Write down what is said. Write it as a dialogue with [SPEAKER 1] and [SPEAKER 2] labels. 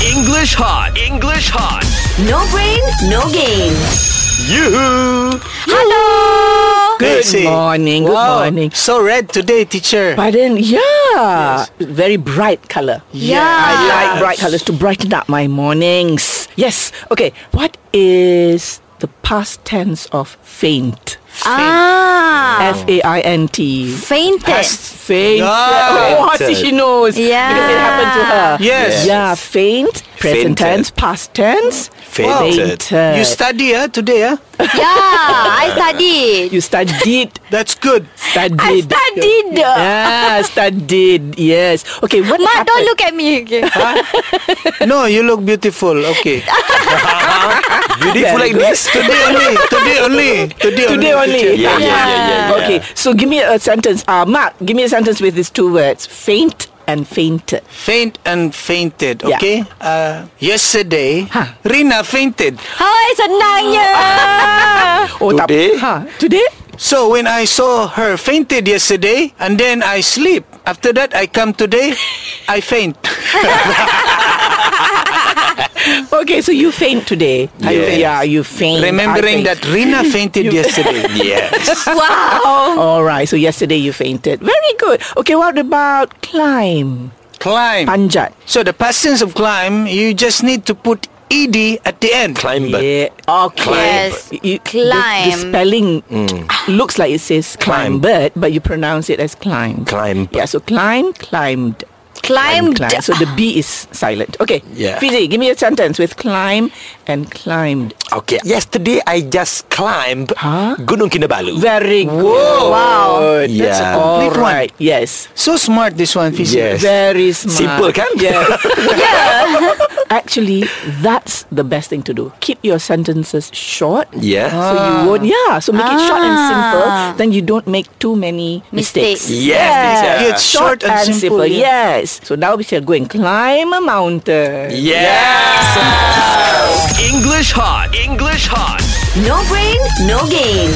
[SPEAKER 1] English hot. English hot.
[SPEAKER 2] No brain, no game.
[SPEAKER 1] You.
[SPEAKER 2] Hello.
[SPEAKER 3] Good
[SPEAKER 4] Good morning. Good
[SPEAKER 3] wow.
[SPEAKER 4] morning.
[SPEAKER 3] So red today, teacher.
[SPEAKER 4] Pardon? Yeah. Very bright color.
[SPEAKER 3] Yeah.
[SPEAKER 4] I
[SPEAKER 2] Yeah.
[SPEAKER 4] like bright colors to brighten up my mornings. Yes. Okay. What is the past tense of faint?
[SPEAKER 2] Ah.
[SPEAKER 4] F A I N T.
[SPEAKER 2] Fainted.
[SPEAKER 4] Faint.
[SPEAKER 3] Yeah.
[SPEAKER 4] Oh, see, she knows.
[SPEAKER 2] Yeah.
[SPEAKER 4] Because it happened to her.
[SPEAKER 3] Yes.
[SPEAKER 4] Yeah. Faint. Present
[SPEAKER 1] Fainted.
[SPEAKER 4] tense. Past tense.
[SPEAKER 1] Fainted.
[SPEAKER 4] Fainted.
[SPEAKER 3] You study huh, today, huh?
[SPEAKER 2] Yeah. I studied.
[SPEAKER 4] You studied.
[SPEAKER 3] That's good.
[SPEAKER 4] Studied.
[SPEAKER 2] I studied.
[SPEAKER 4] Ah, studied. Yes. Okay. What
[SPEAKER 2] Ma,
[SPEAKER 4] happened?
[SPEAKER 2] don't look at me. Okay.
[SPEAKER 3] No, you look beautiful. Okay.
[SPEAKER 1] Beautiful like this.
[SPEAKER 3] today only. Today only. Today,
[SPEAKER 4] Today only.
[SPEAKER 3] teacher.
[SPEAKER 1] Yeah, yeah, yeah, yeah, yeah.
[SPEAKER 4] Okay, so give me a sentence. Uh, Mark, give me a sentence with these two words faint and fainted.
[SPEAKER 3] Faint and fainted.
[SPEAKER 4] Yeah.
[SPEAKER 3] Okay. Uh, yesterday, Rina fainted.
[SPEAKER 2] Hai, senangnya. Ah.
[SPEAKER 4] Oh, tak-
[SPEAKER 1] Today?
[SPEAKER 4] Ha, today?
[SPEAKER 3] So when I saw her fainted yesterday, and then I sleep. After that, I come today, I faint.
[SPEAKER 4] Okay, so you faint today. I
[SPEAKER 1] Yes.
[SPEAKER 4] faint. Yeah, you faint.
[SPEAKER 3] Remembering
[SPEAKER 4] I
[SPEAKER 3] that
[SPEAKER 4] faint.
[SPEAKER 3] Rina fainted yesterday.
[SPEAKER 1] Yes.
[SPEAKER 2] Wow.
[SPEAKER 4] All right, so yesterday you fainted. Very good. Okay, what about climb?
[SPEAKER 3] Climb.
[SPEAKER 4] Panjat.
[SPEAKER 3] So the past tense of climb, you just need to put ed at the end.
[SPEAKER 1] Climber.
[SPEAKER 4] yeah. Okay.
[SPEAKER 2] Yes.
[SPEAKER 4] You- the- The,
[SPEAKER 2] Climb.
[SPEAKER 4] spelling looks like it says climb, but but you pronounce it as climb.
[SPEAKER 1] Climb.
[SPEAKER 4] Yeah. So climb, climbed.
[SPEAKER 2] Climbed.
[SPEAKER 4] Climb. So the B is silent. Okay.
[SPEAKER 1] Yeah.
[SPEAKER 4] Fizzy, give me a sentence with climb and climbed.
[SPEAKER 1] Okay. Yesterday I just climbed
[SPEAKER 4] Huh?
[SPEAKER 1] Gunung Kinabalu.
[SPEAKER 4] Very good.
[SPEAKER 2] Wow.
[SPEAKER 4] Good. That's
[SPEAKER 1] Yeah.
[SPEAKER 4] all
[SPEAKER 3] Complete one.
[SPEAKER 4] right. Yes.
[SPEAKER 3] So smart this one, Fizi.
[SPEAKER 1] Yes.
[SPEAKER 4] Very smart.
[SPEAKER 1] Simple, kan?
[SPEAKER 4] Yeah. Actually, that's the best thing to do. Keep your sentences short.
[SPEAKER 1] Yeah.
[SPEAKER 4] So you won't, yeah. So make it short and simple. Then you don't make too many
[SPEAKER 2] Mistakes.
[SPEAKER 4] mistakes.
[SPEAKER 1] Yes, teacher.
[SPEAKER 3] Yeah, it's short, and, simple. yeah.
[SPEAKER 4] Yes. So now we shall go and climb a mountain.
[SPEAKER 1] Yes. English hot. English hot.
[SPEAKER 2] No brain, no game.